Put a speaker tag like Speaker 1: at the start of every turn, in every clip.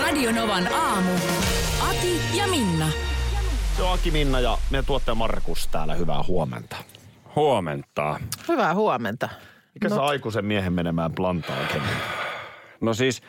Speaker 1: Radionovan aamu. Ati ja Minna.
Speaker 2: Se on Aki Minna ja meidän tuottaja Markus täällä. Hyvää huomenta.
Speaker 3: Huomenta.
Speaker 4: Hyvää huomenta.
Speaker 2: Mikä no. saa aikuisen miehen menemään plantaan kenelle?
Speaker 3: No siis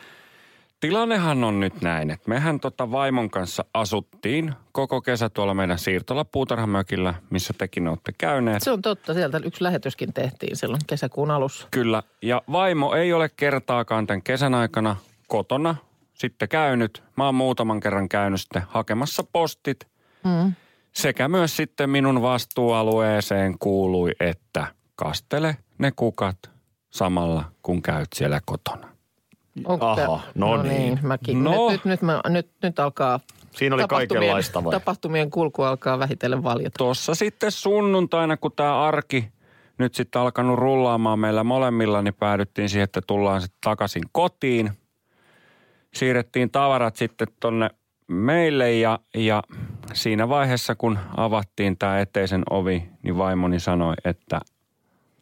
Speaker 3: tilannehan on nyt näin, että mehän tota vaimon kanssa asuttiin koko kesä tuolla meidän siirtolla puutarhamökillä, missä tekin olette käyneet.
Speaker 4: Se on totta. Sieltä yksi lähetyskin tehtiin silloin kesäkuun alussa.
Speaker 3: Kyllä, ja vaimo ei ole kertaakaan tämän kesän aikana kotona sitten käynyt. Mä oon muutaman kerran käynyt sitten hakemassa postit.
Speaker 4: Mm.
Speaker 3: Sekä myös sitten minun vastuualueeseen kuului, että kastele ne kukat samalla, kun käyt siellä kotona.
Speaker 4: Onko tää-
Speaker 2: Aha, no niin.
Speaker 4: Mäkin.
Speaker 3: No.
Speaker 4: Nyt, nyt, nyt, mä, nyt, nyt alkaa
Speaker 2: Siinä oli
Speaker 4: tapahtumien-
Speaker 2: kaikenlaista vai?
Speaker 4: Tapahtumien kulku alkaa vähitellen valjata.
Speaker 3: Tuossa sitten sunnuntaina, kun tämä arki nyt sitten alkanut rullaamaan meillä molemmilla, niin päädyttiin siihen, että tullaan sitten takaisin kotiin. Siirrettiin tavarat sitten tonne meille ja, ja siinä vaiheessa, kun avattiin tämä eteisen ovi, niin vaimoni sanoi, että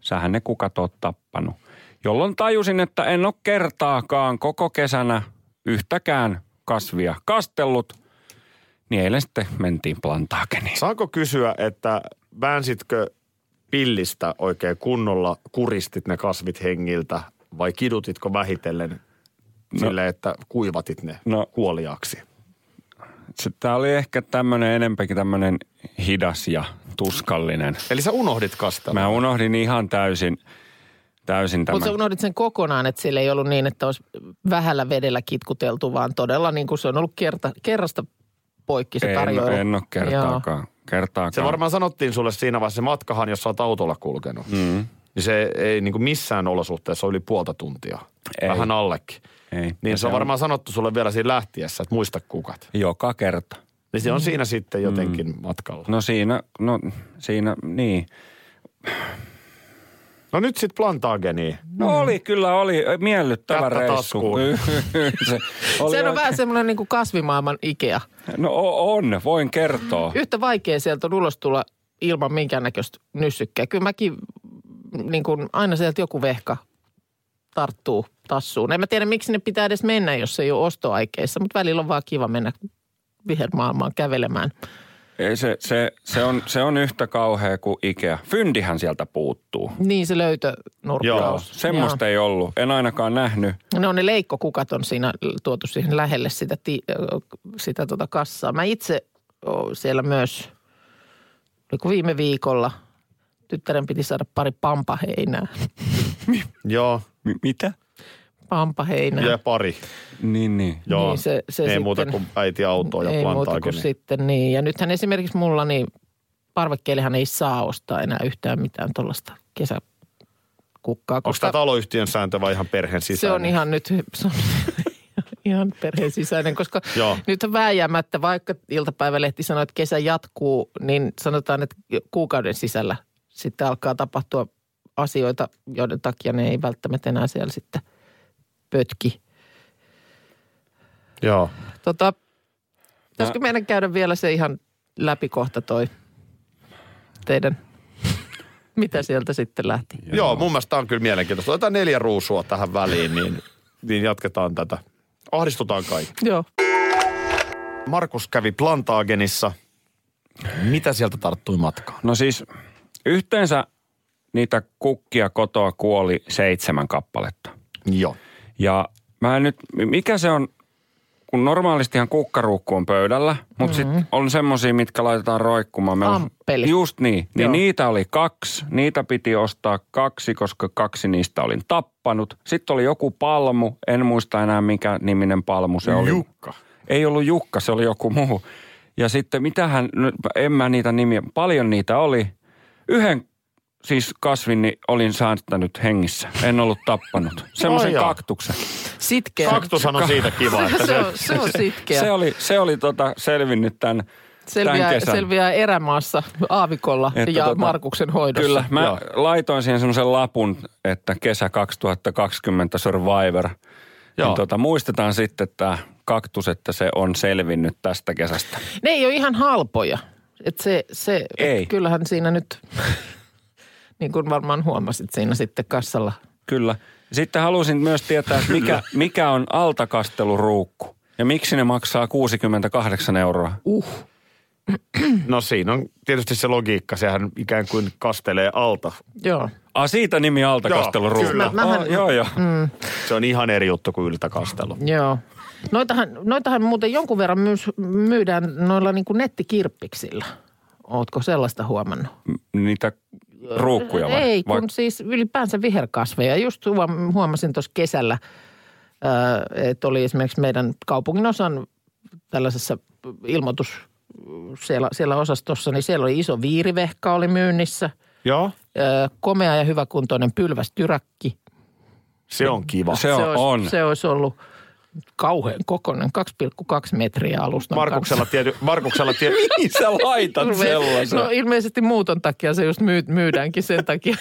Speaker 3: sähän ne kukat oot tappanut. Jolloin tajusin, että en ole kertaakaan koko kesänä yhtäkään kasvia kastellut, niin eilen sitten mentiin plantaakeniin.
Speaker 2: Saanko kysyä, että väänsitkö pillistä oikein kunnolla, kuristit ne kasvit hengiltä vai kidutitko vähitellen no. sille, että kuivatit ne
Speaker 3: No.
Speaker 2: no. kuoliaksi?
Speaker 3: Tämä oli ehkä tämmöinen enempäkin tämmöinen hidas ja tuskallinen.
Speaker 2: Eli sä unohdit kastella.
Speaker 3: Mä unohdin ihan täysin, täysin tämän.
Speaker 4: Mutta sä unohdit sen kokonaan, että sillä ei ollut niin, että olisi vähällä vedellä kitkuteltu, vaan todella niin kuin se on ollut kerta, kerrasta poikki se tarjoilu.
Speaker 3: en, en ole kertaakaan. kertaakaan.
Speaker 2: Se varmaan sanottiin sulle siinä vaiheessa se matkahan, jos sä oot autolla kulkenut.
Speaker 3: Mm,
Speaker 2: Niin se ei niin kuin missään olosuhteessa ole yli puolta tuntia.
Speaker 3: Ei.
Speaker 2: Vähän allekin.
Speaker 3: ei.
Speaker 2: Niin se on
Speaker 3: on
Speaker 2: varmaan sanottu sulle vielä siinä lähtiessä, että muista kukat.
Speaker 3: Joka kerta.
Speaker 2: Niin se on siinä sitten jotenkin mm. matkalla.
Speaker 3: No siinä, no siinä, niin.
Speaker 2: No nyt sitten plantageni.
Speaker 3: No oli, kyllä oli miellyttävä
Speaker 2: Kättä
Speaker 3: reissu.
Speaker 2: taskuun.
Speaker 3: se
Speaker 4: Joo.
Speaker 3: oli
Speaker 4: Sehän on
Speaker 3: oikein-
Speaker 4: vähän semmoinen niin kuin kasvimaailman Ikea.
Speaker 3: No o- on, voin kertoa.
Speaker 4: Yhtä vaikea sieltä on ulos tulla ilman minkäännäköistä nyssykkää. Kyllä mäkin niin kuin aina sieltä joku vehka tarttuu tassuun. En mä tiedä, miksi ne pitää edes mennä, jos se ei ole ostoaikeissa, mutta välillä on vaan kiva mennä vihermaailmaan kävelemään.
Speaker 3: Ei, se, se, se, on, se on yhtä kauhea kuin Ikea. Fyndihän sieltä puuttuu.
Speaker 4: Niin se
Speaker 2: Joo,
Speaker 4: löytönurkkaus.
Speaker 3: Semmoista ei ollut. En ainakaan nähnyt.
Speaker 4: Joo. No ne leikkokukat on siinä tuotu siihen lähelle sitä, ti- ö, sitä tota kassaa. Mä itse o, siellä myös, oliko viime viikolla, tyttären piti saada pari pampaheinää.
Speaker 2: Joo,
Speaker 3: M- mitä?
Speaker 4: Pampaheinää.
Speaker 2: ja pari.
Speaker 3: Niin, niin.
Speaker 2: Joo,
Speaker 4: Niin se- se
Speaker 2: ei
Speaker 4: sitten-
Speaker 2: muuta kuin äiti autoa ja
Speaker 4: ei muuta kuin
Speaker 2: plantageni.
Speaker 4: sitten niin. Ja nythän esimerkiksi mulla niin parvekkeellehan ei saa ostaa enää yhtään mitään tuollaista kesäkukkaa.
Speaker 2: Onko tämä taloyhtiön sääntö vai ihan perheen
Speaker 4: se
Speaker 2: sisäinen?
Speaker 4: on ihan nyt, se on ihan perheen sisäinen, koska
Speaker 2: Joo.
Speaker 4: nyt on vääjäämättä, vaikka iltapäivälehti sanoo, että kesä jatkuu, niin sanotaan, että kuukauden sisällä sitten alkaa tapahtua asioita, joiden takia ne ei välttämättä enää siellä sitten pötki.
Speaker 2: Joo.
Speaker 4: Tota, pitäisikö meidän käydä vielä se ihan läpi kohta toi teidän, mitä sieltä sitten lähti?
Speaker 2: Joo. Joo, mun mielestä tämä on kyllä mielenkiintoista. Otetaan neljä ruusua tähän väliin, niin, niin jatketaan tätä. Ahdistutaan kaikki.
Speaker 4: Joo.
Speaker 2: Markus kävi plantagenissa. Mitä sieltä tarttui matkaan?
Speaker 3: No siis yhteensä niitä kukkia kotoa kuoli seitsemän kappaletta.
Speaker 2: Joo.
Speaker 3: Ja mä en nyt, mikä se on, kun normaalistihan kukkaruukku on pöydällä, mutta mm-hmm. sitten on semmosia, mitkä laitetaan roikkumaan. Meillä on-
Speaker 4: Amppeli.
Speaker 3: Just niin. Niin
Speaker 4: Joo.
Speaker 3: niitä oli kaksi. Niitä piti ostaa kaksi, koska kaksi niistä olin tappanut. Sitten oli joku palmu. En muista enää, mikä niminen palmu se oli.
Speaker 2: Jukka.
Speaker 3: Ei ollut Jukka, se oli joku muu. Ja sitten mitähän, no, en mä niitä nimiä, paljon niitä oli. Yhden siis kasvin niin olin saattanut hengissä. En ollut tappanut. Semmoisen
Speaker 2: Ai jaa.
Speaker 3: kaktuksen.
Speaker 4: Sitkeä.
Speaker 2: Kaktushan on siitä kiva, että
Speaker 4: se,
Speaker 2: se,
Speaker 4: on, se on sitkeä.
Speaker 3: Se oli, se oli tota selvinnyt tämän, tämän
Speaker 4: Selviää,
Speaker 3: kesän.
Speaker 4: selviää erämaassa aavikolla
Speaker 3: Että
Speaker 4: ja
Speaker 3: tota,
Speaker 4: Markuksen hoidossa.
Speaker 3: Kyllä, mä
Speaker 2: Joo.
Speaker 3: laitoin siihen semmoisen lapun, että kesä 2020 Survivor. Joo.
Speaker 2: Joo.
Speaker 3: Niin tota, muistetaan sitten tämä kaktus, että se on selvinnyt tästä kesästä.
Speaker 4: Ne ei ole ihan halpoja. Et se, se,
Speaker 3: Ei.
Speaker 4: Et kyllähän siinä nyt, niin kuin varmaan huomasit siinä sitten kassalla.
Speaker 3: Kyllä. Sitten halusin myös tietää, että mikä, mikä on altakasteluruukku ja miksi ne maksaa 68 euroa.
Speaker 2: no siinä on tietysti se logiikka, sehän ikään kuin kastelee alta.
Speaker 4: Joo.
Speaker 3: Ah, siitä nimi altakasteluruukku.
Speaker 2: Joo, kyllä.
Speaker 4: Siis mä- mähän-
Speaker 3: oh, joo, joo.
Speaker 2: Se on ihan eri juttu kuin yltäkastelu.
Speaker 4: Joo. Noitahan, noitahan muuten jonkun verran myös myydään noilla niin kuin nettikirppiksillä. Ootko sellaista huomannut?
Speaker 3: Mm. Niitä ruukkuja vai?
Speaker 4: Ei,
Speaker 3: vai?
Speaker 4: kun siis ylipäänsä viherkasveja. Just huom- huomasin tuossa kesällä, ö, että oli esimerkiksi meidän kaupungin osan tällaisessa ilmoitus siellä, siellä osastossa, niin siellä oli iso viirivehka oli myynnissä,
Speaker 2: Joo.
Speaker 4: ö, komea ja hyväkuntoinen pylvästyräkki.
Speaker 2: Se on kiva.
Speaker 3: Se on.
Speaker 4: se, olisi, se olisi ollut kauhean kokoinen, 2,2 metriä alusta.
Speaker 2: Markuksella tiety, Markuksella tie,
Speaker 3: Mihin sä laitat sellaisen?
Speaker 4: No ilmeisesti muuton takia se just myy- myydäänkin sen takia.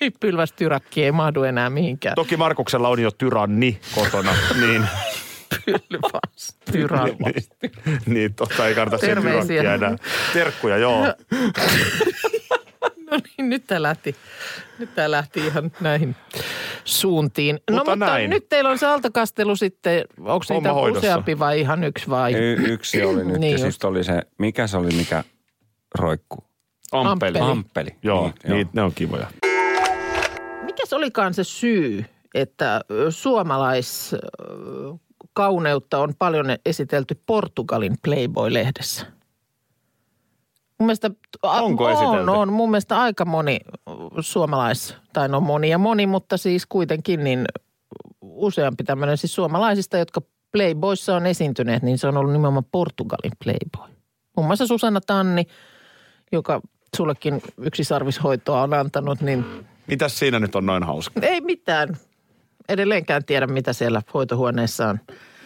Speaker 4: Ei Pylvästyräkki ei mahdu enää mihinkään.
Speaker 2: Toki Markuksella on jo tyranni kotona, niin,
Speaker 4: Pylvästyräkki.
Speaker 2: niin totta ei kannata sen
Speaker 4: Terveisiä.
Speaker 2: tyrannia enää. Terkkuja, joo.
Speaker 4: No niin, nyt tämä lähti, nyt tämä lähti ihan näihin suuntiin. no
Speaker 2: Mutta
Speaker 4: mutta
Speaker 2: näin.
Speaker 4: nyt teillä on se altakastelu sitten, onko
Speaker 2: Homma
Speaker 4: niitä
Speaker 2: hoidossa.
Speaker 4: useampi vai ihan yksi vai?
Speaker 3: Y- yksi oli nyt
Speaker 4: Niin
Speaker 3: niin ja
Speaker 4: just.
Speaker 3: sitten oli se, mikä se oli, mikä roikkuu?
Speaker 2: Ampeli.
Speaker 4: Ampeli.
Speaker 3: Amppeli.
Speaker 2: Joo,
Speaker 3: Niin,
Speaker 2: niin, ne on kivoja.
Speaker 4: Mikä se olikaan se syy, että ö, suomalais ö, kauneutta on paljon esitelty Portugalin Playboy-lehdessä? Mun mielestä, a-
Speaker 2: Onko
Speaker 4: on,
Speaker 2: esitelty?
Speaker 4: On, mun mielestä aika moni ö, suomalais, tai no moni ja moni, mutta siis kuitenkin niin useampi tämmöinen siis suomalaisista, jotka Playboyssa on esiintyneet, niin se on ollut nimenomaan Portugalin Playboy. Muun muassa Susanna Tanni, joka sullekin yksisarvishoitoa on antanut, niin –
Speaker 2: Mitäs siinä nyt on noin hauska?
Speaker 4: ei mitään. Edelleenkään tiedä, mitä siellä hoitohuoneessa on.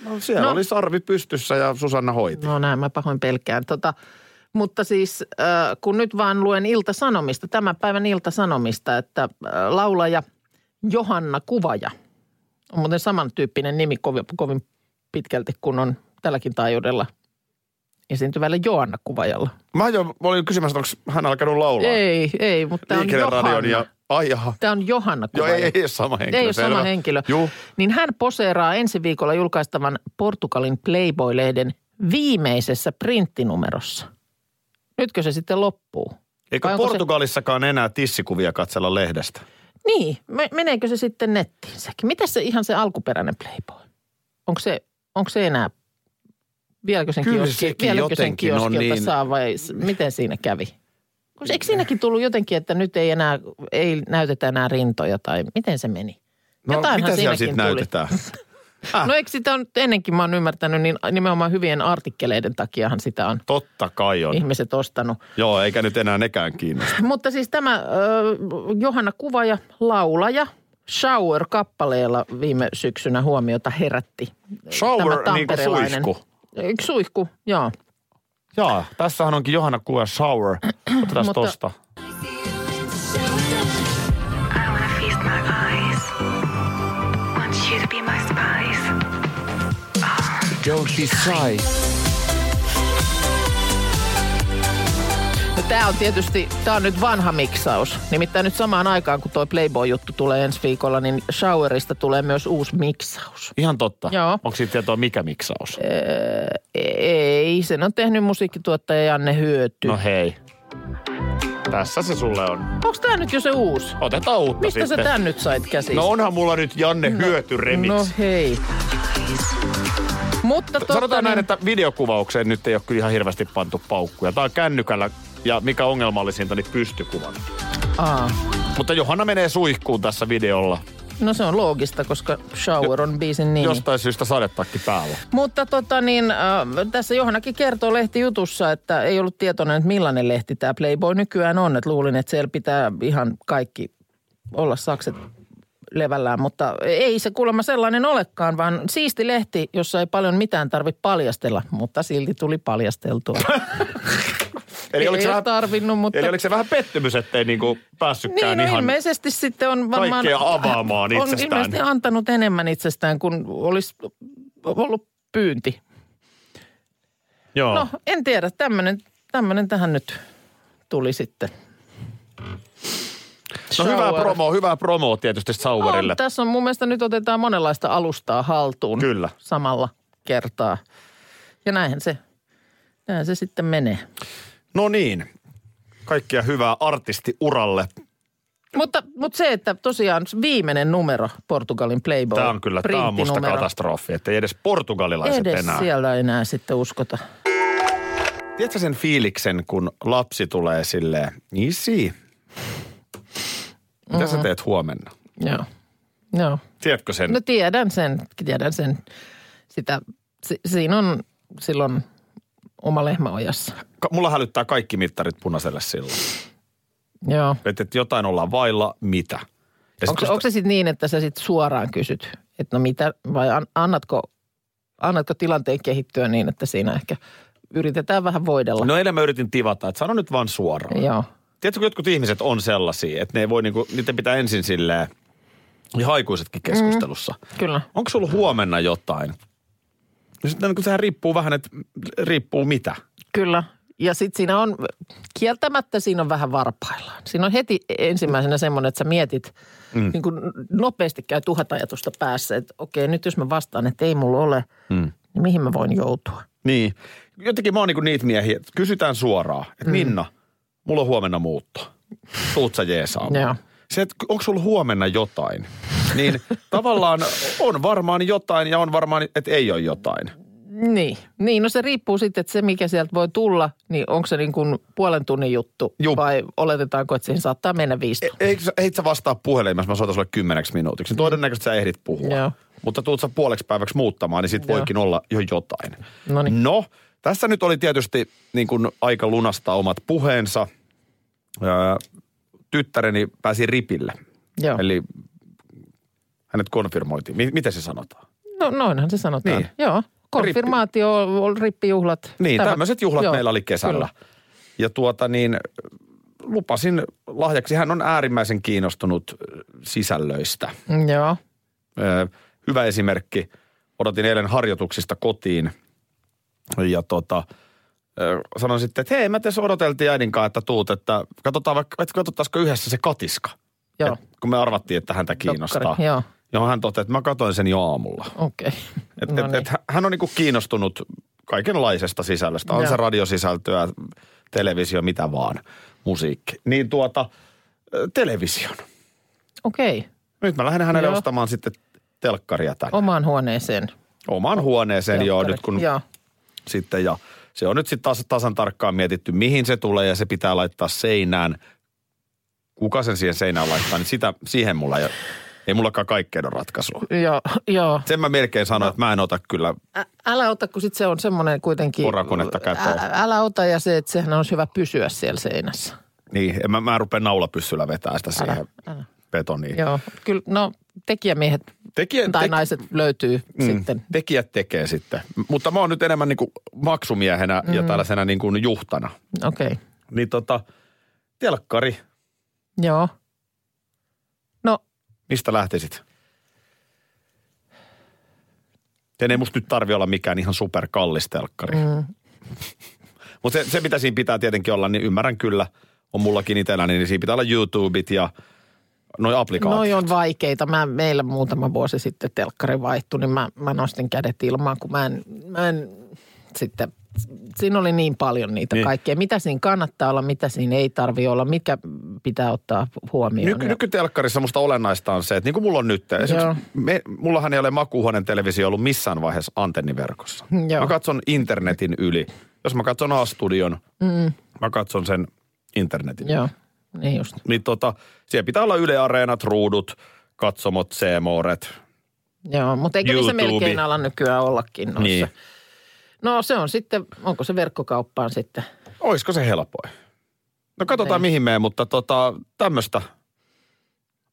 Speaker 2: No, siellä
Speaker 4: No.
Speaker 2: oli sarvi pystyssä ja Susanna hoiti.
Speaker 4: No näin, mä pahoin pelkään. Tota, mutta siis äh, kun nyt vaan luen Ilta-Sanomista, tämän päivän Ilta-Sanomista, että äh, laulaja Johanna Kuvaja on muuten samantyyppinen nimi kovin, kovin pitkälti kuin on tälläkin taajuudella esiintyvällä Johanna Kuvajalla.
Speaker 2: Mä jo mä olin kysymässä, onko hän alkanut laulaa.
Speaker 4: Ei, ei, mutta tämä on Johanna.
Speaker 2: Liikenneradion ja... Ai jaha.
Speaker 4: Tämä on Johanna
Speaker 2: Joo,
Speaker 4: Kuvaja.
Speaker 2: ei, ei ole sama henkilö.
Speaker 4: Ei ole sama
Speaker 2: selvä.
Speaker 4: henkilö.
Speaker 2: Juu.
Speaker 4: Niin hän poseeraa ensi viikolla julkaistavan Portugalin Playboy-lehden viimeisessä printtinumerossa. Nytkö se sitten loppuu? Vai
Speaker 2: Eikö
Speaker 4: onko se-
Speaker 2: Portugalissakaan enää tissikuvia katsella lehdestä?
Speaker 4: Niin, me- meneekö se sitten nettiin sekin? Mitä se ihan se alkuperäinen Playboy? Onko se, onko se enää, vieläkö sen,
Speaker 2: Kyllä
Speaker 4: kioski,
Speaker 2: sekin
Speaker 4: vieläkö sen
Speaker 2: jotenkin on
Speaker 4: kioskilta
Speaker 2: niin-
Speaker 4: saa vai s- miten siinä kävi? Kun se- Eikö siinäkin tullut jotenkin, että nyt ei enää, ei näytetä enää rintoja tai miten se meni? Jotainhan
Speaker 2: No, mitä siellä
Speaker 4: siinäkin
Speaker 2: sitten
Speaker 4: tuli.
Speaker 2: näytetään? Ah.
Speaker 4: No eikö sitä on ennenkin, mä oon ymmärtänyt, niin nimenomaan hyvien artikkeleiden takiahan sitä on
Speaker 2: Totta kai on.
Speaker 4: ihmiset ostanut.
Speaker 2: Joo, eikä nyt enää nekään kiinnosta.
Speaker 4: Mutta siis tämä ö, Johanna Kuvaja, laulaja, Shower-kappaleella viime syksynä huomiota herätti.
Speaker 2: Shower,
Speaker 4: Tämä
Speaker 2: niin kuin
Speaker 4: tamperelainen-
Speaker 2: suihku.
Speaker 4: Eikö suihku, joo.
Speaker 2: Jaa, tässähän onkin Johanna Kuva Shower. Otetaan
Speaker 4: Mutta- tosta.
Speaker 5: I wanna feast my eyes. Want you to be my spice.
Speaker 2: Don't be shy.
Speaker 4: No, tämä on tietysti, tämä on nyt vanha miksaus. Nimittäin nyt samaan aikaan, kun toi Playboy-juttu tulee ensi viikolla, niin Showerista tulee myös uusi miksaus.
Speaker 2: Ihan totta.
Speaker 4: Joo.
Speaker 2: Onko siitä tietoa mikä miksaus?
Speaker 4: Ei, sen on tehnyt musiikkituottaja Janne Hyöty.
Speaker 2: No hei. Tässä se sulle on.
Speaker 4: Onko tämä nyt jo se uusi?
Speaker 2: Otetaan uutta
Speaker 4: Mistä sä
Speaker 2: sitten.
Speaker 4: tän nyt sait käsiin?
Speaker 2: No onhan mulla nyt Janne no, Hyöty remix.
Speaker 4: no hei. Mutta totta
Speaker 2: Sanotaan
Speaker 4: niin,
Speaker 2: näin, että videokuvaukseen nyt ei ole kyllä ihan hirveästi pantu paukkuja. Tää on kännykällä ja mikä ongelmallisinta, niin pystykuvan.
Speaker 4: Aa,
Speaker 2: Mutta Johanna menee suihkuun tässä videolla.
Speaker 4: no se on loogista, koska Shower on biisin nimi.
Speaker 2: Jostain syystä sadetakki päällä.
Speaker 4: Mutta tota niin, äh, tässä Johannakin kertoo lehtijutussa, että ei ollut tietoinen, että millainen lehti tämä Playboy nykyään on. Että luulin, että siellä pitää ihan kaikki olla sakset levällään, mutta ei se kuulemma sellainen olekaan, vaan siisti lehti, jossa ei paljon mitään tarvitse paljastella, mutta silti tuli paljasteltua.
Speaker 2: Eli oliko,
Speaker 4: ei
Speaker 2: se
Speaker 4: ole
Speaker 2: vähän,
Speaker 4: tarvinnut, mutta...
Speaker 2: eli oliko se vähän pettymys, ettei niinku päässytkään
Speaker 4: Niin, no
Speaker 2: ihan...
Speaker 4: ilmeisesti sitten on varmaan...
Speaker 2: kaikkea avaamaan
Speaker 4: On
Speaker 2: itsestään.
Speaker 4: ilmeisesti antanut enemmän itsestään kuin olisi ollut pyynti.
Speaker 2: Joo.
Speaker 4: No, en tiedä. Tämmöinen tämmönen tähän nyt tuli sitten.
Speaker 2: No hyvää
Speaker 4: Shower. No,
Speaker 2: promo, hyvää promo tietysti Sauerille.
Speaker 4: On, tässä on mun mielestä nyt otetaan monenlaista alustaa haltuun.
Speaker 2: Kyllä.
Speaker 4: Samalla kertaa. Ja näinhän se, näinhän se sitten menee.
Speaker 2: No niin. Kaikkia hyvää artisti uralle.
Speaker 4: Mutta, mutta se, että tosiaan viimeinen numero Portugalin Playboy.
Speaker 2: Tämä on kyllä, tämä on musta
Speaker 4: No, printtinumero.
Speaker 2: katastrofi, ettei edes portugalilaiset
Speaker 4: Edes
Speaker 2: enää.
Speaker 4: siellä ei enää sitten uskota.
Speaker 2: Tiedätkö sen fiiliksen, kun lapsi tulee silleen, isi, mitä sä teet huomenna?
Speaker 4: Joo. Joo.
Speaker 2: Tiedätkö sen?
Speaker 4: Mm-hmm. No tiedän sen, tiedän sen. Sitä, si, siinä on silloin oma lehmä ojassa.
Speaker 2: Ka- mulla hälyttää kaikki mittarit punaiselle silloin.
Speaker 4: Joo.
Speaker 2: Että et jotain ollaan vailla, mitä? Ja sit
Speaker 4: Onko,
Speaker 2: kun
Speaker 4: onko se sitten niin, että sä sitten suoraan kysyt, että no mitä, vai an, annatko, annatko tilanteen kehittyä niin, että siinä ehkä yritetään vähän voidella?
Speaker 2: No eilen mä yritin tivata, että sano nyt vaan suoraan.
Speaker 4: Joo.
Speaker 2: Tiedätkö, kun jotkut ihmiset on sellaisia, että ne ei voi niinku, niiden pitää ensin silleen, ja haikuisetkin keskustelussa. Mm.
Speaker 4: Kyllä.
Speaker 2: Onko sulla huomenna jotain? No sitten niin sehän riippuu vähän, että riippuu mitä.
Speaker 4: Kyllä. Ja sitten siinä on, kieltämättä siinä on vähän varpaillaan. Siinä on heti ensimmäisenä semmoinen, että sä mietit, mm. niin kuin nopeasti käy tuhat ajatusta päässä, että okei, nyt jos mä vastaan, että ei mulla ole, mm. niin mihin mä voin joutua?
Speaker 2: Niin. Jotenkin mä oon niinku niitä miehiä, että kysytään suoraan, että mm. Minna, mulla on huomenna muutto. Tuut sä jeesaamaan.
Speaker 4: Joo.
Speaker 2: Se, että onko sulla huomenna jotain, niin tavallaan on varmaan jotain ja on varmaan, että ei ole jotain.
Speaker 4: Niin. Niin, no se riippuu sitten, että se mikä sieltä voi tulla, niin onko se niin kuin puolen tunnin juttu
Speaker 2: Juu.
Speaker 4: vai oletetaanko, että siihen saattaa mennä viisi tuntia?
Speaker 2: E- Eikö sä, eikö sä vastaa puhelimessa, mä soitan sulle kymmeneksi minuutiksi. Niin todennäköisesti sä ehdit puhua.
Speaker 4: Joo.
Speaker 2: Mutta tuut sä puoleksi päiväksi muuttamaan, niin sit
Speaker 4: Joo.
Speaker 2: voikin olla jo jotain.
Speaker 4: Noniin.
Speaker 2: No, tässä nyt oli tietysti niin kun aika lunastaa omat puheensa. Öö, tyttäreni pääsi ripille.
Speaker 4: Joo.
Speaker 2: E- Eli hänet konfirmoitiin. Mi- miten se sanotaan?
Speaker 4: No noinhan se sanotaan.
Speaker 2: Niin.
Speaker 4: Niin. Joo. Konfirmaatio, Rippi. rippijuhlat.
Speaker 2: Niin,
Speaker 4: Tämä-
Speaker 2: tämmöiset juhlat
Speaker 4: Joo,
Speaker 2: meillä oli kesällä.
Speaker 4: Kyllä.
Speaker 2: Ja tuota niin, lupasin lahjaksi. Hän on äärimmäisen kiinnostunut ö, sisällöistä.
Speaker 4: Joo.
Speaker 2: Ö, hyvä esimerkki. Odotin eilen harjoituksista kotiin ja tota, ö, sanoin sitten, että hei, mä tässä odoteltiin äidinkaan, että tuut, että katsotaan vaikka, että katsottaisiko yhdessä se katiska.
Speaker 4: Joo.
Speaker 2: Et kun me arvattiin, että häntä kiinnostaa.
Speaker 4: Dokkari, Joo,
Speaker 2: Ja hän totesi, että mä katsoin sen jo aamulla.
Speaker 4: okei.
Speaker 2: Et,
Speaker 4: No
Speaker 2: et,
Speaker 4: niin.
Speaker 2: et, hän on niinku kiinnostunut kaikenlaisesta sisällöstä. On
Speaker 4: Joo.
Speaker 2: se radiosisältöä, televisio, mitä vaan, musiikki. Niin tuota, ö, television.
Speaker 4: Okei,
Speaker 2: Nyt mä lähden hänelle
Speaker 4: Joo.
Speaker 2: ostamaan sitten telkkaria tänne.
Speaker 4: omaan huoneeseen.
Speaker 2: omaan huoneeseen joo,
Speaker 4: Telkkari.
Speaker 2: nyt kun
Speaker 4: Joo,
Speaker 2: sitten ja se on nyt sitten taas tasan tarkkaan mietitty, mihin se tulee ja se pitää laittaa seinään. Kuka sen siihen seinään laittaa, niin sitä, siihen mulla ei, ei mullakaan kaikkeen ole ratkaisua.
Speaker 4: joo, joo.
Speaker 2: Sen mä melkein sanoin, että mä en ota kyllä,
Speaker 4: Ä, älä ota, kun sit se on semmoinen kuitenkin...
Speaker 2: Porakonetta käteen.
Speaker 4: Ä, älä ota ja se, että sehän olisi hyvä pysyä siellä seinässä.
Speaker 2: niin en mä, mä rupean naulapyssyllä vetää sitä
Speaker 4: Älä,
Speaker 2: siihen
Speaker 4: älä.
Speaker 2: betoniin.
Speaker 4: Joo, kyllä, no tekijämiehet
Speaker 2: Tekijä,
Speaker 4: tai
Speaker 2: tek-
Speaker 4: naiset löytyy mm. sitten.
Speaker 2: tekijät tekee sitten. M- Mutta mä oon nyt enemmän niin kuin maksumiehenä mm. ja tällaisena niin kuin juhtana.
Speaker 4: Okei, okay.
Speaker 2: Niin tota, telkkari,
Speaker 4: joo. No,
Speaker 2: Mistä lähtisit? Sen ei musta nyt tarvi olla mikään ihan superkallis telkkari. Mm. Mutta se, se, mitä siinä pitää tietenkin olla, niin ymmärrän kyllä. On mullakin itselläni, niin siinä pitää olla YouTubet ja noin applikaatiot.
Speaker 4: noi on vaikeita. Mä, meillä muutama vuosi sitten telkkari vaihtui, niin mä, mä nostin kädet ilmaan, kun mä en, mä en sitten, siinä oli niin paljon niitä
Speaker 2: Niin.
Speaker 4: niin. kaikkea. Mitä siinä kannattaa olla, mitä siinä ei tarvi olla, mikä pitää ottaa huomioon.
Speaker 2: Nyky, nykytelkkarissa musta olennaista on se, että niin kuin mulla on nyt.
Speaker 4: Joo.
Speaker 2: Esimerkiksi me, mullahan ei ole makuuhuoneen televisio ollut missään vaiheessa antenniverkossa.
Speaker 4: Joo.
Speaker 2: Mä katson internetin yli. Jos mä katson A-studion, mm. mä katson sen internetin
Speaker 4: Joo, niin just.
Speaker 2: niin tota, siellä pitää olla Yle Areenat, ruudut, katsomot, seemooret.
Speaker 4: Joo, mutta eikö niissä
Speaker 2: YouTube.
Speaker 4: melkein ala nykyään ollakin noissa?
Speaker 2: Niin.
Speaker 4: No se on sitten, onko se verkkokauppaan sitten?
Speaker 2: Olisiko se helpoin? No katsotaan
Speaker 4: Niin.
Speaker 2: mihin menee, mutta tota, tämmöistä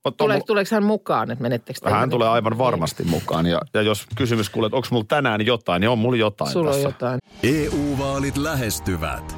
Speaker 2: Mutta on
Speaker 4: Tule,
Speaker 2: mu-
Speaker 4: tuleeko hän mukaan, että menettekö te
Speaker 2: Hän
Speaker 4: johonkin?
Speaker 2: tulee aivan varmasti mukaan. Ja, ja jos kysymys kuulee, että onko mulla tänään jotain, niin on mulla jotain
Speaker 4: Sulla on
Speaker 2: tässä.
Speaker 4: jotain.
Speaker 6: EU-vaalit E lähestyvät.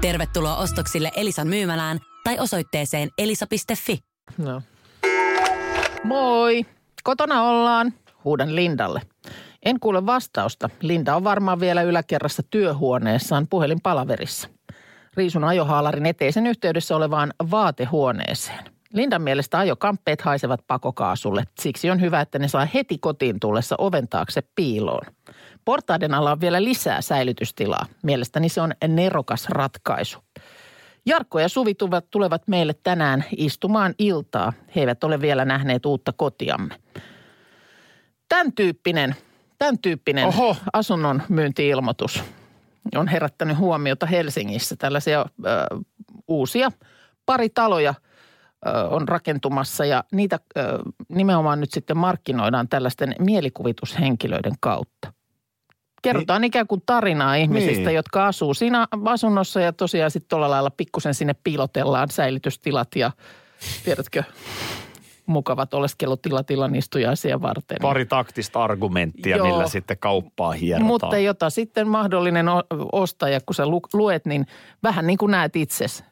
Speaker 1: Tervetuloa ostoksille Elisan myymälään tai osoitteeseen elisa.fi.
Speaker 4: No. Moi! Kotona ollaan. Huudan Lindalle. En kuule vastausta. Linda on varmaan vielä yläkerrassa työhuoneessaan puhelinpalaverissa. Riisun ajohaalarin eteisen yhteydessä olevaan vaatehuoneeseen. Lindan mielestä ajokamppeet haisevat pakokaasulle. Siksi on hyvä, että ne saa heti kotiin tullessa oven taakse piiloon. Portaiden alla on vielä lisää säilytystilaa. Mielestäni se on nerokas ratkaisu. Jarkko ja Suvi tuvat- tulevat meille tänään istumaan iltaa. He eivät ole vielä nähneet uutta kotiamme. Tämän tyyppinen, tämän tyyppinen
Speaker 2: Oho.
Speaker 4: asunnon myynti-ilmoitus on herättänyt huomiota Helsingissä. Tällaisia ö, uusia paritaloja ö, on rakentumassa ja niitä ö, nimenomaan nyt sitten markkinoidaan tällaisten mielikuvitushenkilöiden kautta. Kerrotaan ikään kuin tarinaa ihmisistä,
Speaker 2: Niin.
Speaker 4: jotka asuu siinä asunnossa ja tosiaan sitten tuolla lailla pikkusen sinne piilotellaan säilytystilat ja tiedätkö, mukavat oleskelutilat illan istujaisia varten.
Speaker 2: Pari taktista argumenttia,
Speaker 4: Joo.
Speaker 2: millä sitten kauppaa hierotaan.
Speaker 4: Mutta jota sitten mahdollinen o- ostaja, kun sä lu- luet, niin vähän niin kuin näet itses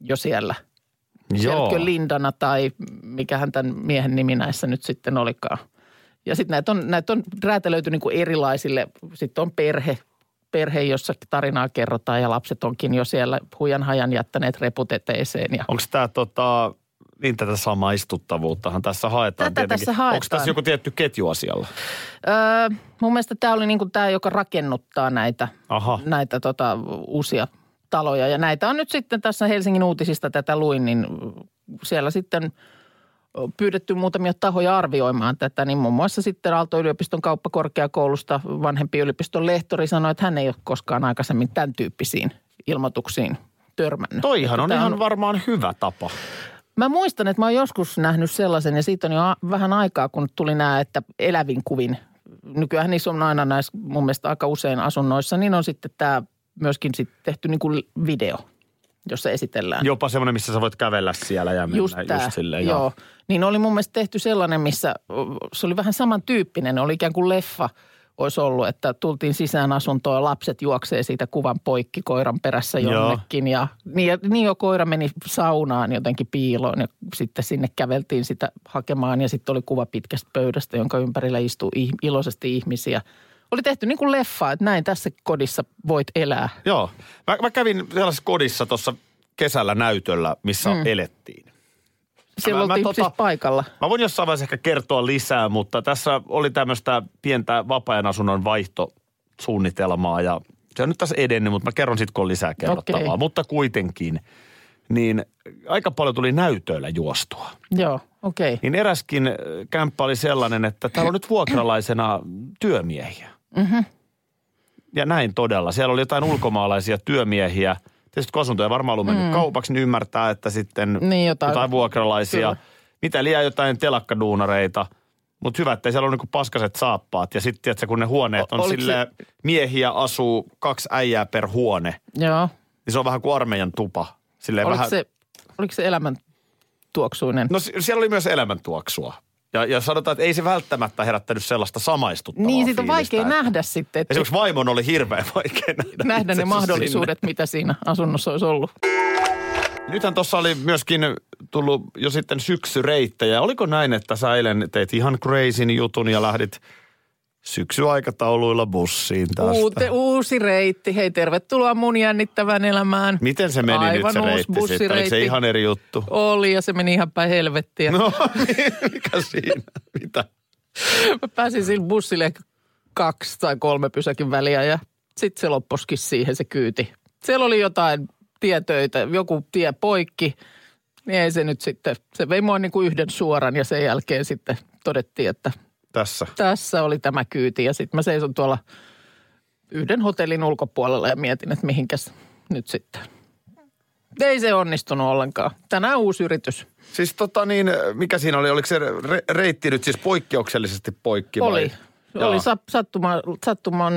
Speaker 4: jo siellä.
Speaker 2: Joo.
Speaker 4: Tiedätkö Lindana tai mikähän tämän miehen nimi näissä nyt sitten olikaan. Ja sitten näitä on, näitä on räätälöity niin kuin erilaisille. Sitten on perhe, perhe, jossa tarinaa kerrotaan ja lapset onkin jo siellä hujan hajan jättäneet reput eteiseen. Ja
Speaker 2: Onko tämä tota, niin tätä samaa istuttavuuttahan tässä haetaan
Speaker 4: Tätä tässä haetaan.
Speaker 2: Onko tässä joku tietty ketju asialla?
Speaker 4: Öö, mun mielestä tämä oli niinku tämä, joka rakennuttaa näitä,
Speaker 2: Aha.
Speaker 4: näitä tota, uusia taloja. Ja näitä on nyt sitten tässä Helsingin uutisista tätä luin, niin siellä sitten on pyydetty muutamia tahoja arvioimaan tätä, niin muun muassa sitten Aalto-yliopiston kauppakorkeakoulusta vanhempi yliopiston lehtori sanoi, että hän ei ole koskaan aikaisemmin tämän tyyppisiin ilmoituksiin törmännyt.
Speaker 2: Toihan on
Speaker 4: Että tää
Speaker 2: ihan varmaan hyvä tapa.
Speaker 4: Mä muistan, että mä oon joskus nähnyt sellaisen ja siitä on jo a- vähän aikaa, kun tuli nämä, että elävin kuvin. Nykyään niissä on aina näissä mun mielestä aika usein asunnoissa, niin on sitten tämä myöskin sit tehty niin kuin video, jossa esitellään.
Speaker 2: Jopa semmoinen, missä sä voit kävellä siellä ja mennä
Speaker 4: Just tämä,
Speaker 2: just silleen.
Speaker 4: joo. Niin oli mun mielestä tehty sellainen, missä ö, se oli vähän samantyyppinen, oli ikään kuin leffa olisi ollut, että tultiin sisään asuntoon ja lapset juoksee siitä kuvan poikki koiran perässä
Speaker 2: Joo.
Speaker 4: jonnekin. Ja, niin, ja- niin jo koira meni saunaan jotenkin piiloon ja sitten sinne käveltiin sitä hakemaan ja sitten oli kuva pitkästä pöydästä, jonka ympärillä istuu ih- iloisesti ihmisiä. Oli tehty niin kuin leffa, että näin tässä kodissa voit elää.
Speaker 2: Joo. Mä, mä kävin sellaisessa kodissa tuossa kesällä näytöllä, missä mm. elettiin.
Speaker 4: Siellä
Speaker 2: Mä- mä
Speaker 4: oltiin
Speaker 2: tota-
Speaker 4: siis paikalla.
Speaker 2: Mä voin jossain vaiheessa ehkä kertoa lisää, mutta tässä oli tämmöistä pientä vapaa-ajan asunnon vaihtosuunnitelmaa ja se on nyt tässä edennyt, mutta mä kerron sitten, kun on lisää kerrottavaa.
Speaker 4: Okei.
Speaker 2: Mutta kuitenkin, niin aika paljon tuli näytöillä juostua.
Speaker 4: Joo, okei.
Speaker 2: Niin eräskin äh, kämppä oli sellainen, että täällä on nyt vuokralaisena työmiehiä. Mm-hmm. Ja näin todella. Siellä oli jotain ulkomaalaisia työmiehiä. Tietysti kun asuntoja varmaan ollut mennyt mm. kaupaksi, niin ymmärtää, että sitten
Speaker 4: Niin,
Speaker 2: jotain,
Speaker 4: jotain-
Speaker 2: jotain vuokralaisia.
Speaker 4: Kyllä.
Speaker 2: Mitä liian jotain telakkaduunareita. Mutta hyvä, ettei siellä ole niinku paskaset saappaat. Ja sitten, tiedätkö, kun ne huoneet on
Speaker 4: O- oliko
Speaker 2: silleen, miehiä asuu kaksi äijää per huone.
Speaker 4: Joo.
Speaker 2: Niin se on vähän kuin armeijan tupa. Silleen
Speaker 4: Oliko,
Speaker 2: vähän...
Speaker 4: se, oliko se elämän tuoksuinen?
Speaker 2: No si- siellä oli myös elämäntuoksua. Ja, ja sanotaan, että ei se välttämättä herättänyt sellaista samaistuttavaa
Speaker 4: niin, siitä on
Speaker 2: fiilistä,
Speaker 4: vaikea
Speaker 2: että-
Speaker 4: nähdä sitten, että
Speaker 2: Esimerkiksi vaimon oli hirveän vaikea nähdä,
Speaker 4: nähdä ne
Speaker 2: itsensä
Speaker 4: mahdollisuudet, mitä siinä asunnossa olisi ollut.
Speaker 2: Sinne. Nythän tuossa oli myöskin tullut jo sitten syksyreittejä. Oliko näin, että sä eilen teit ihan crazyn jutun ja lähdit syksyaikatauluilla bussiin tästä?
Speaker 4: Uute, uusi reitti. Hei, tervetuloa mun jännittävään elämään.
Speaker 2: Miten se meni
Speaker 4: Aivan
Speaker 2: nyt se
Speaker 4: uusi
Speaker 2: reitti sitten? Oliko se
Speaker 4: bussireitti.
Speaker 2: ihan eri juttu?
Speaker 4: Oli ja se meni ihan päin helvettiä. No.
Speaker 2: No, mikä siinä? Mitä?
Speaker 4: Mä pääsin sillä bussille ehkä kaksi tai kolme pysäkin väliä ja sitten se lopposkin siihen se kyyti. Siellä oli jotain tietöitä, joku tie poikki. Niin ei se nyt sitten, se vei mua niin kuin yhden suoran ja sen jälkeen sitten todettiin, että
Speaker 2: Tässä.
Speaker 4: tässä oli tämä kyyti. Ja sitten mä seison tuolla yhden hotellin ulkopuolella ja mietin, että mihinkäs nyt sitten. Ei se onnistunut ollenkaan. Tänään uusi yritys.
Speaker 2: Siis tota niin, mikä siinä oli? Oliko se re- reitti nyt siis poikkeuksellisesti poikki vai?
Speaker 4: Oli.
Speaker 2: Jaa.
Speaker 4: Oli sa- sattuma, sattuman,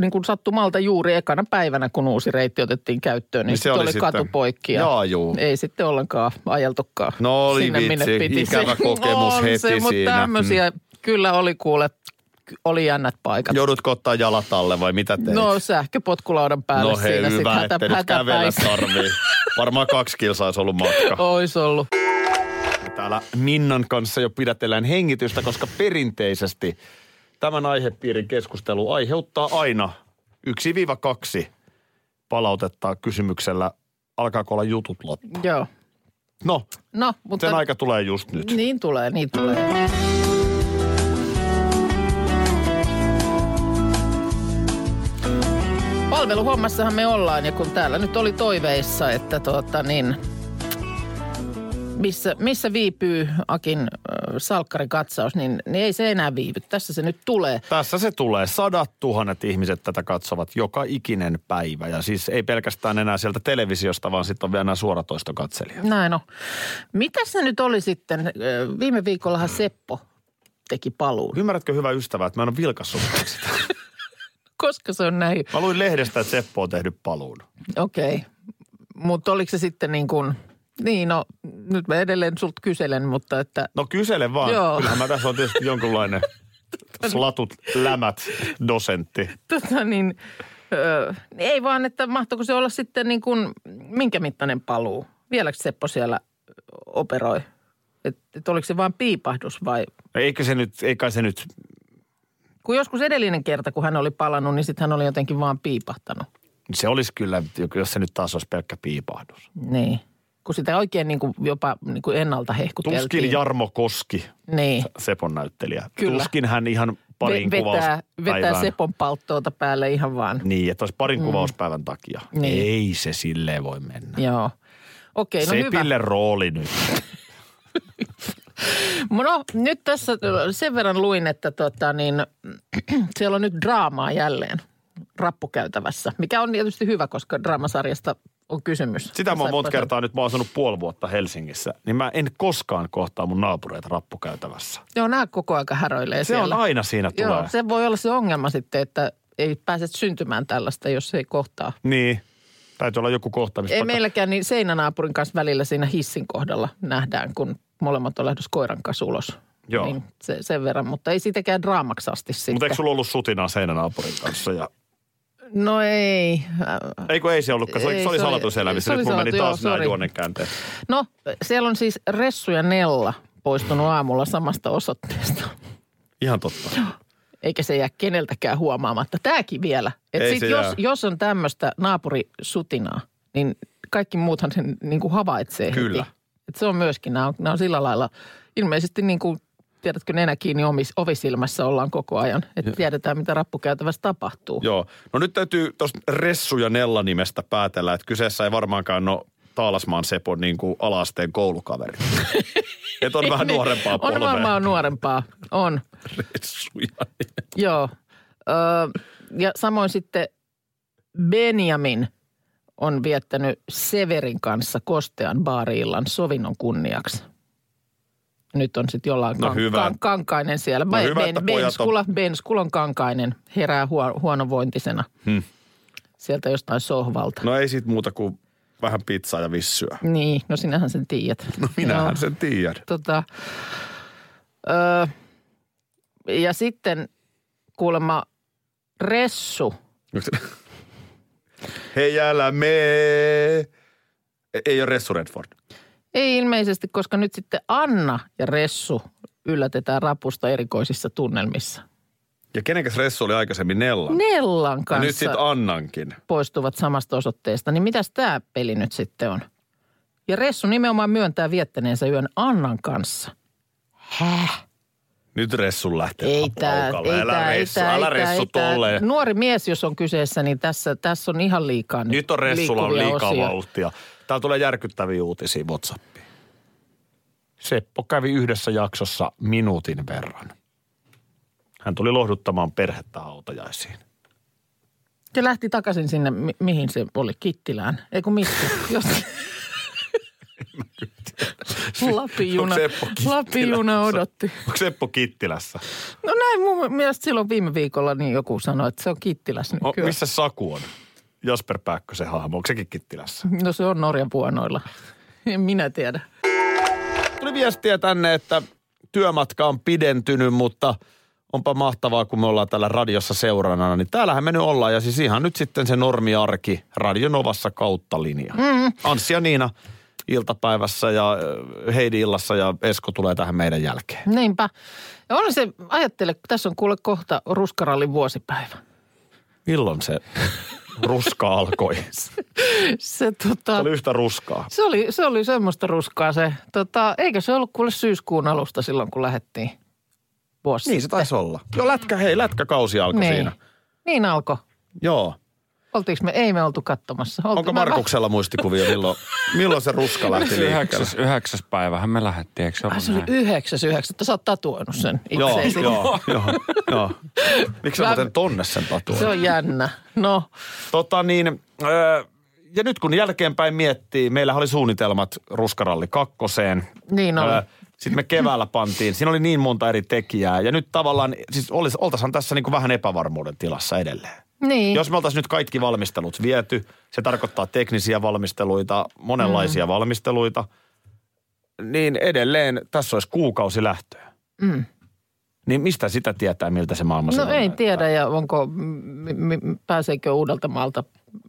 Speaker 4: niin kuin sattumalta juuri ekana päivänä, kun uusi reitti otettiin käyttöön, niin,
Speaker 2: Niin se
Speaker 4: sitten
Speaker 2: oli
Speaker 4: oli
Speaker 2: sitten-
Speaker 4: katu poikki. Ja
Speaker 2: Jaa, juu.
Speaker 4: Ei sitten ollenkaan ajeltukaan
Speaker 2: No oli
Speaker 4: sinne,
Speaker 2: vitsi,
Speaker 4: minne piti.
Speaker 2: ikävä kokemus
Speaker 4: on
Speaker 2: heti
Speaker 4: se, mutta
Speaker 2: siinä. Mm.
Speaker 4: tämmöisiä kyllä oli kuule, oli jännät paikat.
Speaker 2: Joudutko ottaa jalat alle vai mitä teit?
Speaker 4: No sähköpotkulaudan päälle
Speaker 2: no hei,
Speaker 4: siinä sitten
Speaker 2: hyvä,
Speaker 4: hätä,
Speaker 2: että nyt kävellä
Speaker 4: hätäpäissä.
Speaker 2: tarvii. Varmaan kaksi kilsaa olisi ollut matka.
Speaker 4: Ois ollut.
Speaker 2: Täällä Minnan kanssa jo pidätellään hengitystä, koska perinteisesti tämän aihepiirin keskustelu aiheuttaa aina 1-2 palautetta kysymyksellä, alkaako olla jutut loppu.
Speaker 4: Joo.
Speaker 2: No,
Speaker 4: No,
Speaker 2: sen
Speaker 4: mutta
Speaker 2: aika tulee just nyt.
Speaker 4: niin tulee, niin tulee. Palveluhommassahan me ollaan ja kun täällä nyt oli toiveissa, että tuota niin, missä, missä viipyy Akin äh, salkkarikatsaus, niin, niin ei se enää viivy. Tässä se nyt tulee.
Speaker 2: Tässä se tulee. Sadat tuhannet ihmiset tätä katsovat joka ikinen päivä. Ja siis ei pelkästään enää sieltä televisiosta, vaan sitten on vielä nämä suoratoistokatselijat.
Speaker 4: Näin on. Mitä se nyt oli sitten? Ö, Viime viikollahan Seppo teki paluun.
Speaker 2: Ymmärrätkö hyvä ystävä, että mä en ole vilkassut sitä.
Speaker 4: Koska se on näin?
Speaker 2: Mä luin lehdestä, että Seppo on tehnyt paluun.
Speaker 4: Okei. Okay. Mutta oliko se sitten niin kuin, niin no nyt mä edelleen sulta kyselen, mutta että
Speaker 2: No kysele vaan. Joo.
Speaker 4: Joo.
Speaker 2: Kyllähän mä tässä on tietysti jonkunlainen slatut lämät dosentti.
Speaker 4: tota niin, ö, ei vaan, että mahtoiko se olla sitten niin kuin, minkä mittainen paluu? Vieläkö Seppo siellä operoi? Että et oliko se vain piipahdus vai?
Speaker 2: No Eikö se nyt, ei kai se nyt,
Speaker 4: Kun joskus edellinen kerta, kun hän oli palannut, niin sitten hän oli jotenkin vaan piipahtanut.
Speaker 2: se olisi kyllä, jos se nyt taas olisi pelkkä piipahdus.
Speaker 4: Niin. Kun sitä oikein niin kuin jopa niin kuin ennalta hehkuteltiin.
Speaker 2: Tuskin Jarmo Koski,
Speaker 4: Niin.
Speaker 2: Sepon näyttelijä.
Speaker 4: Kyllä.
Speaker 2: Tuskin hän ihan parin
Speaker 4: Ve- vetää, vetää
Speaker 2: kuvauspäivään.
Speaker 4: Sepon palttoota päälle ihan vaan.
Speaker 2: Niin, että olisi parin mm. kuvauspäivän takia.
Speaker 4: Niin.
Speaker 2: Ei se silleen voi mennä.
Speaker 4: Joo. Okei, no hyvä.
Speaker 2: Sepille rooli nyt.
Speaker 4: No nyt tässä sen verran luin, että tota, niin, siellä on nyt draamaa jälleen rappukäytävässä, mikä on tietysti hyvä, koska draamasarjasta on kysymys.
Speaker 2: Sitä mä oon monta
Speaker 4: Saipa-
Speaker 2: kertaa nyt, mä oon asunut puoli vuotta Helsingissä, niin mä en koskaan kohtaa mun naapureita rappukäytävässä.
Speaker 4: Joo, nämä koko aika häröilee
Speaker 2: Se on
Speaker 4: siellä.
Speaker 2: aina siinä tulee.
Speaker 4: Joo, se voi olla se ongelma sitten, että ei pääse syntymään tällaista, jos ei kohtaa.
Speaker 2: Niin. Täytyy olla joku kohtaamispaikka.
Speaker 4: Ei meilläkään niin seinänaapurin kanssa välillä siinä hissin kohdalla nähdään, kun molemmat on lähdössä koiran kanssa ulos.
Speaker 2: Joo.
Speaker 4: Niin se, sen verran, mutta ei sitäkään draamaksi asti sitten.
Speaker 2: Mutta eikö sulla ollut sutinaa seinänaapurin kanssa? Ja...
Speaker 4: No ei. Äh,
Speaker 2: Eikö ei se ollutkaan? Se,
Speaker 4: Ei,
Speaker 2: oli- se oli salatuselämissä.
Speaker 4: se oli
Speaker 2: Nyt mulla meni
Speaker 4: salatu- joo,
Speaker 2: taas nämä
Speaker 4: sori.
Speaker 2: juonen käänteet.
Speaker 4: No, siellä on siis Ressu ja Nella poistunut aamulla samasta osoitteesta.
Speaker 2: Ihan totta.
Speaker 4: Eikä se jää keneltäkään huomaamatta. Tämäkin vielä. Et
Speaker 2: Ei
Speaker 4: sit
Speaker 2: se jää.
Speaker 4: jos, jos on tämmöistä naapurisutinaa, niin kaikki muuthan sen niin kuin havaitsee
Speaker 2: Kyllä.
Speaker 4: heti. Et se on myöskin, nämä on, nämä on sillä lailla ilmeisesti niin kuin, tiedätkö, nenä kiinni omis, ovisilmässä ollaan koko ajan. Että tiedetään, mitä rappukäytävässä tapahtuu.
Speaker 2: Joo. No nyt täytyy tuosta Ressu ja Nella nimestä päätellä, että kyseessä ei varmaankaan ole Taalasmaan Sepon niin kuin alasteen koulukaveri. Et on vähän nuorempaa
Speaker 4: niin? On
Speaker 2: polvea.
Speaker 4: varmaan nuorempaa, on.
Speaker 2: Ressu ja
Speaker 4: Joo. Ö, ja samoin sitten Benjamin on viettänyt Severin kanssa kostean baariillan sovinnon kunniaksi. nyt on sitten jollain
Speaker 2: No
Speaker 4: kan-
Speaker 2: hyvä.
Speaker 4: kan- kankainen siellä.
Speaker 2: No hyvä, että pojat on-
Speaker 4: benskula, benskula on kankainen, herää huo- huonovointisena
Speaker 2: Hmm.
Speaker 4: sieltä jostain sohvalta.
Speaker 2: No ei siitä muuta kuin vähän pizzaa ja vissyä.
Speaker 4: Niin, no sinähän sen tiedät. No
Speaker 2: Minähän sen tiedän.
Speaker 4: tota, öö, ja sitten kuulemma Ressu
Speaker 2: Hei älä mee. E, Ei ole Ressu Redford.
Speaker 4: Ei ilmeisesti, koska nyt sitten Anna ja Ressu yllätetään rapusta erikoisissa tunnelmissa.
Speaker 2: Ja kenenkäs Ressu oli aikaisemmin Nella?
Speaker 4: Nellan
Speaker 2: ja
Speaker 4: kanssa
Speaker 2: nyt sitten Annankin.
Speaker 4: poistuvat samasta osoitteesta, niin mitäs tämä peli nyt sitten on? Ja Ressu nimenomaan myöntää viettäneensä yön Annan kanssa. Häh?
Speaker 2: Nyt Ressun lähtee
Speaker 4: Ei tää,
Speaker 2: laukalle.
Speaker 4: ei
Speaker 2: älä
Speaker 4: tää, ei
Speaker 2: Ressu,
Speaker 4: tää,
Speaker 2: älä
Speaker 4: ei tää,
Speaker 2: Ressu
Speaker 4: ei tää.
Speaker 2: tolleen.
Speaker 4: Nuori mies, jos on kyseessä, niin tässä, tässä on ihan liikaa nyt
Speaker 2: Nyt on Ressulla on
Speaker 4: liikkuvia
Speaker 2: liikaa
Speaker 4: osia.
Speaker 2: vauhtia. Täällä tulee järkyttäviä uutisia Whatsappiin. Seppo kävi yhdessä jaksossa minuutin verran. Hän tuli lohduttamaan perhettä hautajaisiin.
Speaker 4: Ja lähti takaisin sinne, mi- mihin se oli, Kittilään. Ei kun missä, jos... Lapin juna,
Speaker 2: Onko Seppo Kittilässä?
Speaker 4: Lapin juna odotti.
Speaker 2: Onko Seppo Kittilässä?
Speaker 4: No näin mun mielestä silloin viime viikolla niin joku sanoi, että se on Kittilässä
Speaker 2: O,
Speaker 4: nykyään.
Speaker 2: missä Saku on? Jasper Pääkkösen hahmo, onko sekin Kittilässä?
Speaker 4: No se on Norjan puonoilla. En minä tiedä.
Speaker 2: Tuli viestiä tänne, että työmatka on pidentynyt, mutta onpa mahtavaa, kun me ollaan täällä radiossa seurana. Niin täällähän me nyt ollaan ja siis ihan nyt sitten se normiarki Radionovassa kautta linja. Mm. Anssi ja Niina iltapäivässä ja ö, Heidi illassa ja Esko tulee tähän meidän jälkeen.
Speaker 4: Niinpä. Ja on se, ajattele, kun tässä on kuule kohta ruskarallin vuosipäivä.
Speaker 2: Milloin se ruska alkoi?
Speaker 4: Se,
Speaker 2: Se
Speaker 4: tota,
Speaker 2: oli yhtä ruskaa.
Speaker 4: se, oli, se oli semmoista ruskaa se. Tota, eikö se ollut kuule syyskuun alusta silloin, kun lähdettiin vuosi
Speaker 2: Niin se taisi olla. Joo, lätkä, hei, lätkäkausi alkoi
Speaker 4: niin.
Speaker 2: siinä.
Speaker 4: Niin alkoi.
Speaker 2: Joo.
Speaker 4: Oltiinko me? Ei me oltu katsomassa. Oltiin,
Speaker 2: Onko Markuksella muistikuvia, milloin, milloin se ruska lähti liikkeelle?
Speaker 3: Yhdeksäs, yhdeksäs päivähän me lähdettiin, eikö se
Speaker 4: Ai,
Speaker 3: ollut
Speaker 4: se oli
Speaker 3: näin?
Speaker 4: yhdeksäs yhdeksättä. Sä oot tatuoinut sen
Speaker 2: Joo,
Speaker 4: itseesi.
Speaker 2: joo, joo, joo. Miksi sä
Speaker 4: Mä-
Speaker 2: muuten tonne sen tatuoin?
Speaker 4: Se on jännä. No,
Speaker 2: Tota niin, öö, ja nyt kun jälkeenpäin miettii, meillä oli suunnitelmat Ruskaralli kakkoseen.
Speaker 4: Niin oli.
Speaker 2: Sitten me keväällä pantiin. Siinä oli niin monta eri tekijää. Ja nyt tavallaan, siis olis, oltaisiin tässä niin kuin vähän epävarmuuden tilassa edelleen.
Speaker 4: niin.
Speaker 2: Jos me oltaisiin nyt kaikki valmistelut viety, se tarkoittaa teknisiä valmisteluita, monenlaisia mm. valmisteluita, niin edelleen tässä olisi kuukausi lähtöä. Mm. Niin mistä sitä tietää, miltä se maailma
Speaker 4: No
Speaker 2: silloin
Speaker 4: ei
Speaker 2: näyttää?
Speaker 4: tiedä, ja onko, mi, mi, pääseekö uudelta maalta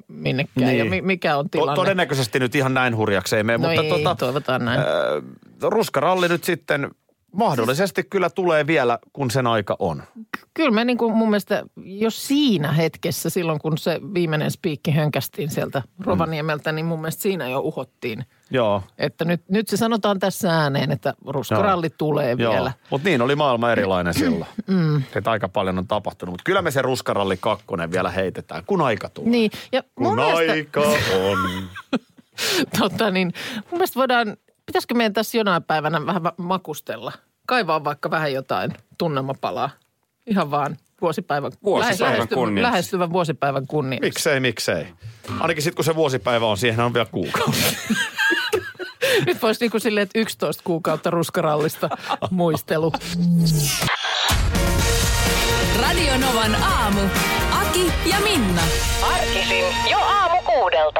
Speaker 4: minnekään,
Speaker 2: Niin.
Speaker 4: ja mi, mikä on
Speaker 2: To-
Speaker 4: tilanne.
Speaker 2: todennäköisesti nyt ihan näin hurjaksi ei mene,
Speaker 4: no
Speaker 2: mutta
Speaker 4: ei,
Speaker 2: tota,
Speaker 4: toivotaan näin. Ää...
Speaker 2: äh, ruskaralli nyt sitten mahdollisesti kyllä tulee vielä, kun sen aika on.
Speaker 4: Kyllä me niin kuin mun mielestä jo siinä hetkessä, silloin kun se viimeinen spiikki hönkästiin sieltä Rovaniemeltä, niin mun mielestä siinä jo uhottiin.
Speaker 2: Joo.
Speaker 4: Että nyt, nyt se sanotaan tässä ääneen, että ruskaralli tulee
Speaker 2: Joo,
Speaker 4: vielä. Mm.
Speaker 2: mutta niin oli maailma erilainen silloin. Että aika paljon on tapahtunut, mutta kyllä me se ruskaralli kakkonen vielä heitetään, kun aika tulee.
Speaker 4: Niin, ja mun
Speaker 2: Kun
Speaker 4: mielestä,
Speaker 2: aika on.
Speaker 4: tota niin, mun mielestä voidaan, pitäisikö meidän tässä jonain päivänä vähän va- makustella? Kaivaa vaikka vähän jotain tunnelmapalaa. Ihan vaan vuosipäivän,
Speaker 3: Vuosipäivän
Speaker 4: lähestyvän,
Speaker 3: kunniaksi.
Speaker 4: lähestyvän vuosipäivän kunniaksi.
Speaker 2: Miksei, miksei. Ainakin sitten kun se vuosipäivä on, siihen on vielä kuukausi.
Speaker 4: Nyt voisi niin kuin silleen, että 11 kuukautta ruskarallista muistelu.
Speaker 1: Radio Novan aamu. Aki ja Minna.
Speaker 7: Arkisin jo aamu kuudelta.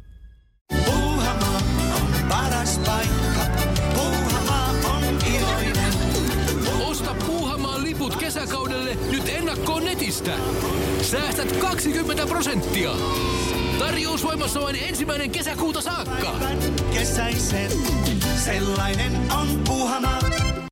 Speaker 8: Puuhamaa on paras paikka. Puuhamaa on iloinen.
Speaker 9: Osta Puuhamaan liput kesäkaudelle nyt ennakkoon netistä. Säästät 20 prosenttia. Tarjous voimassa vain ensimmäinen kesäkuuta saakka.
Speaker 8: Kesäisen, sellainen on Puuhamaa.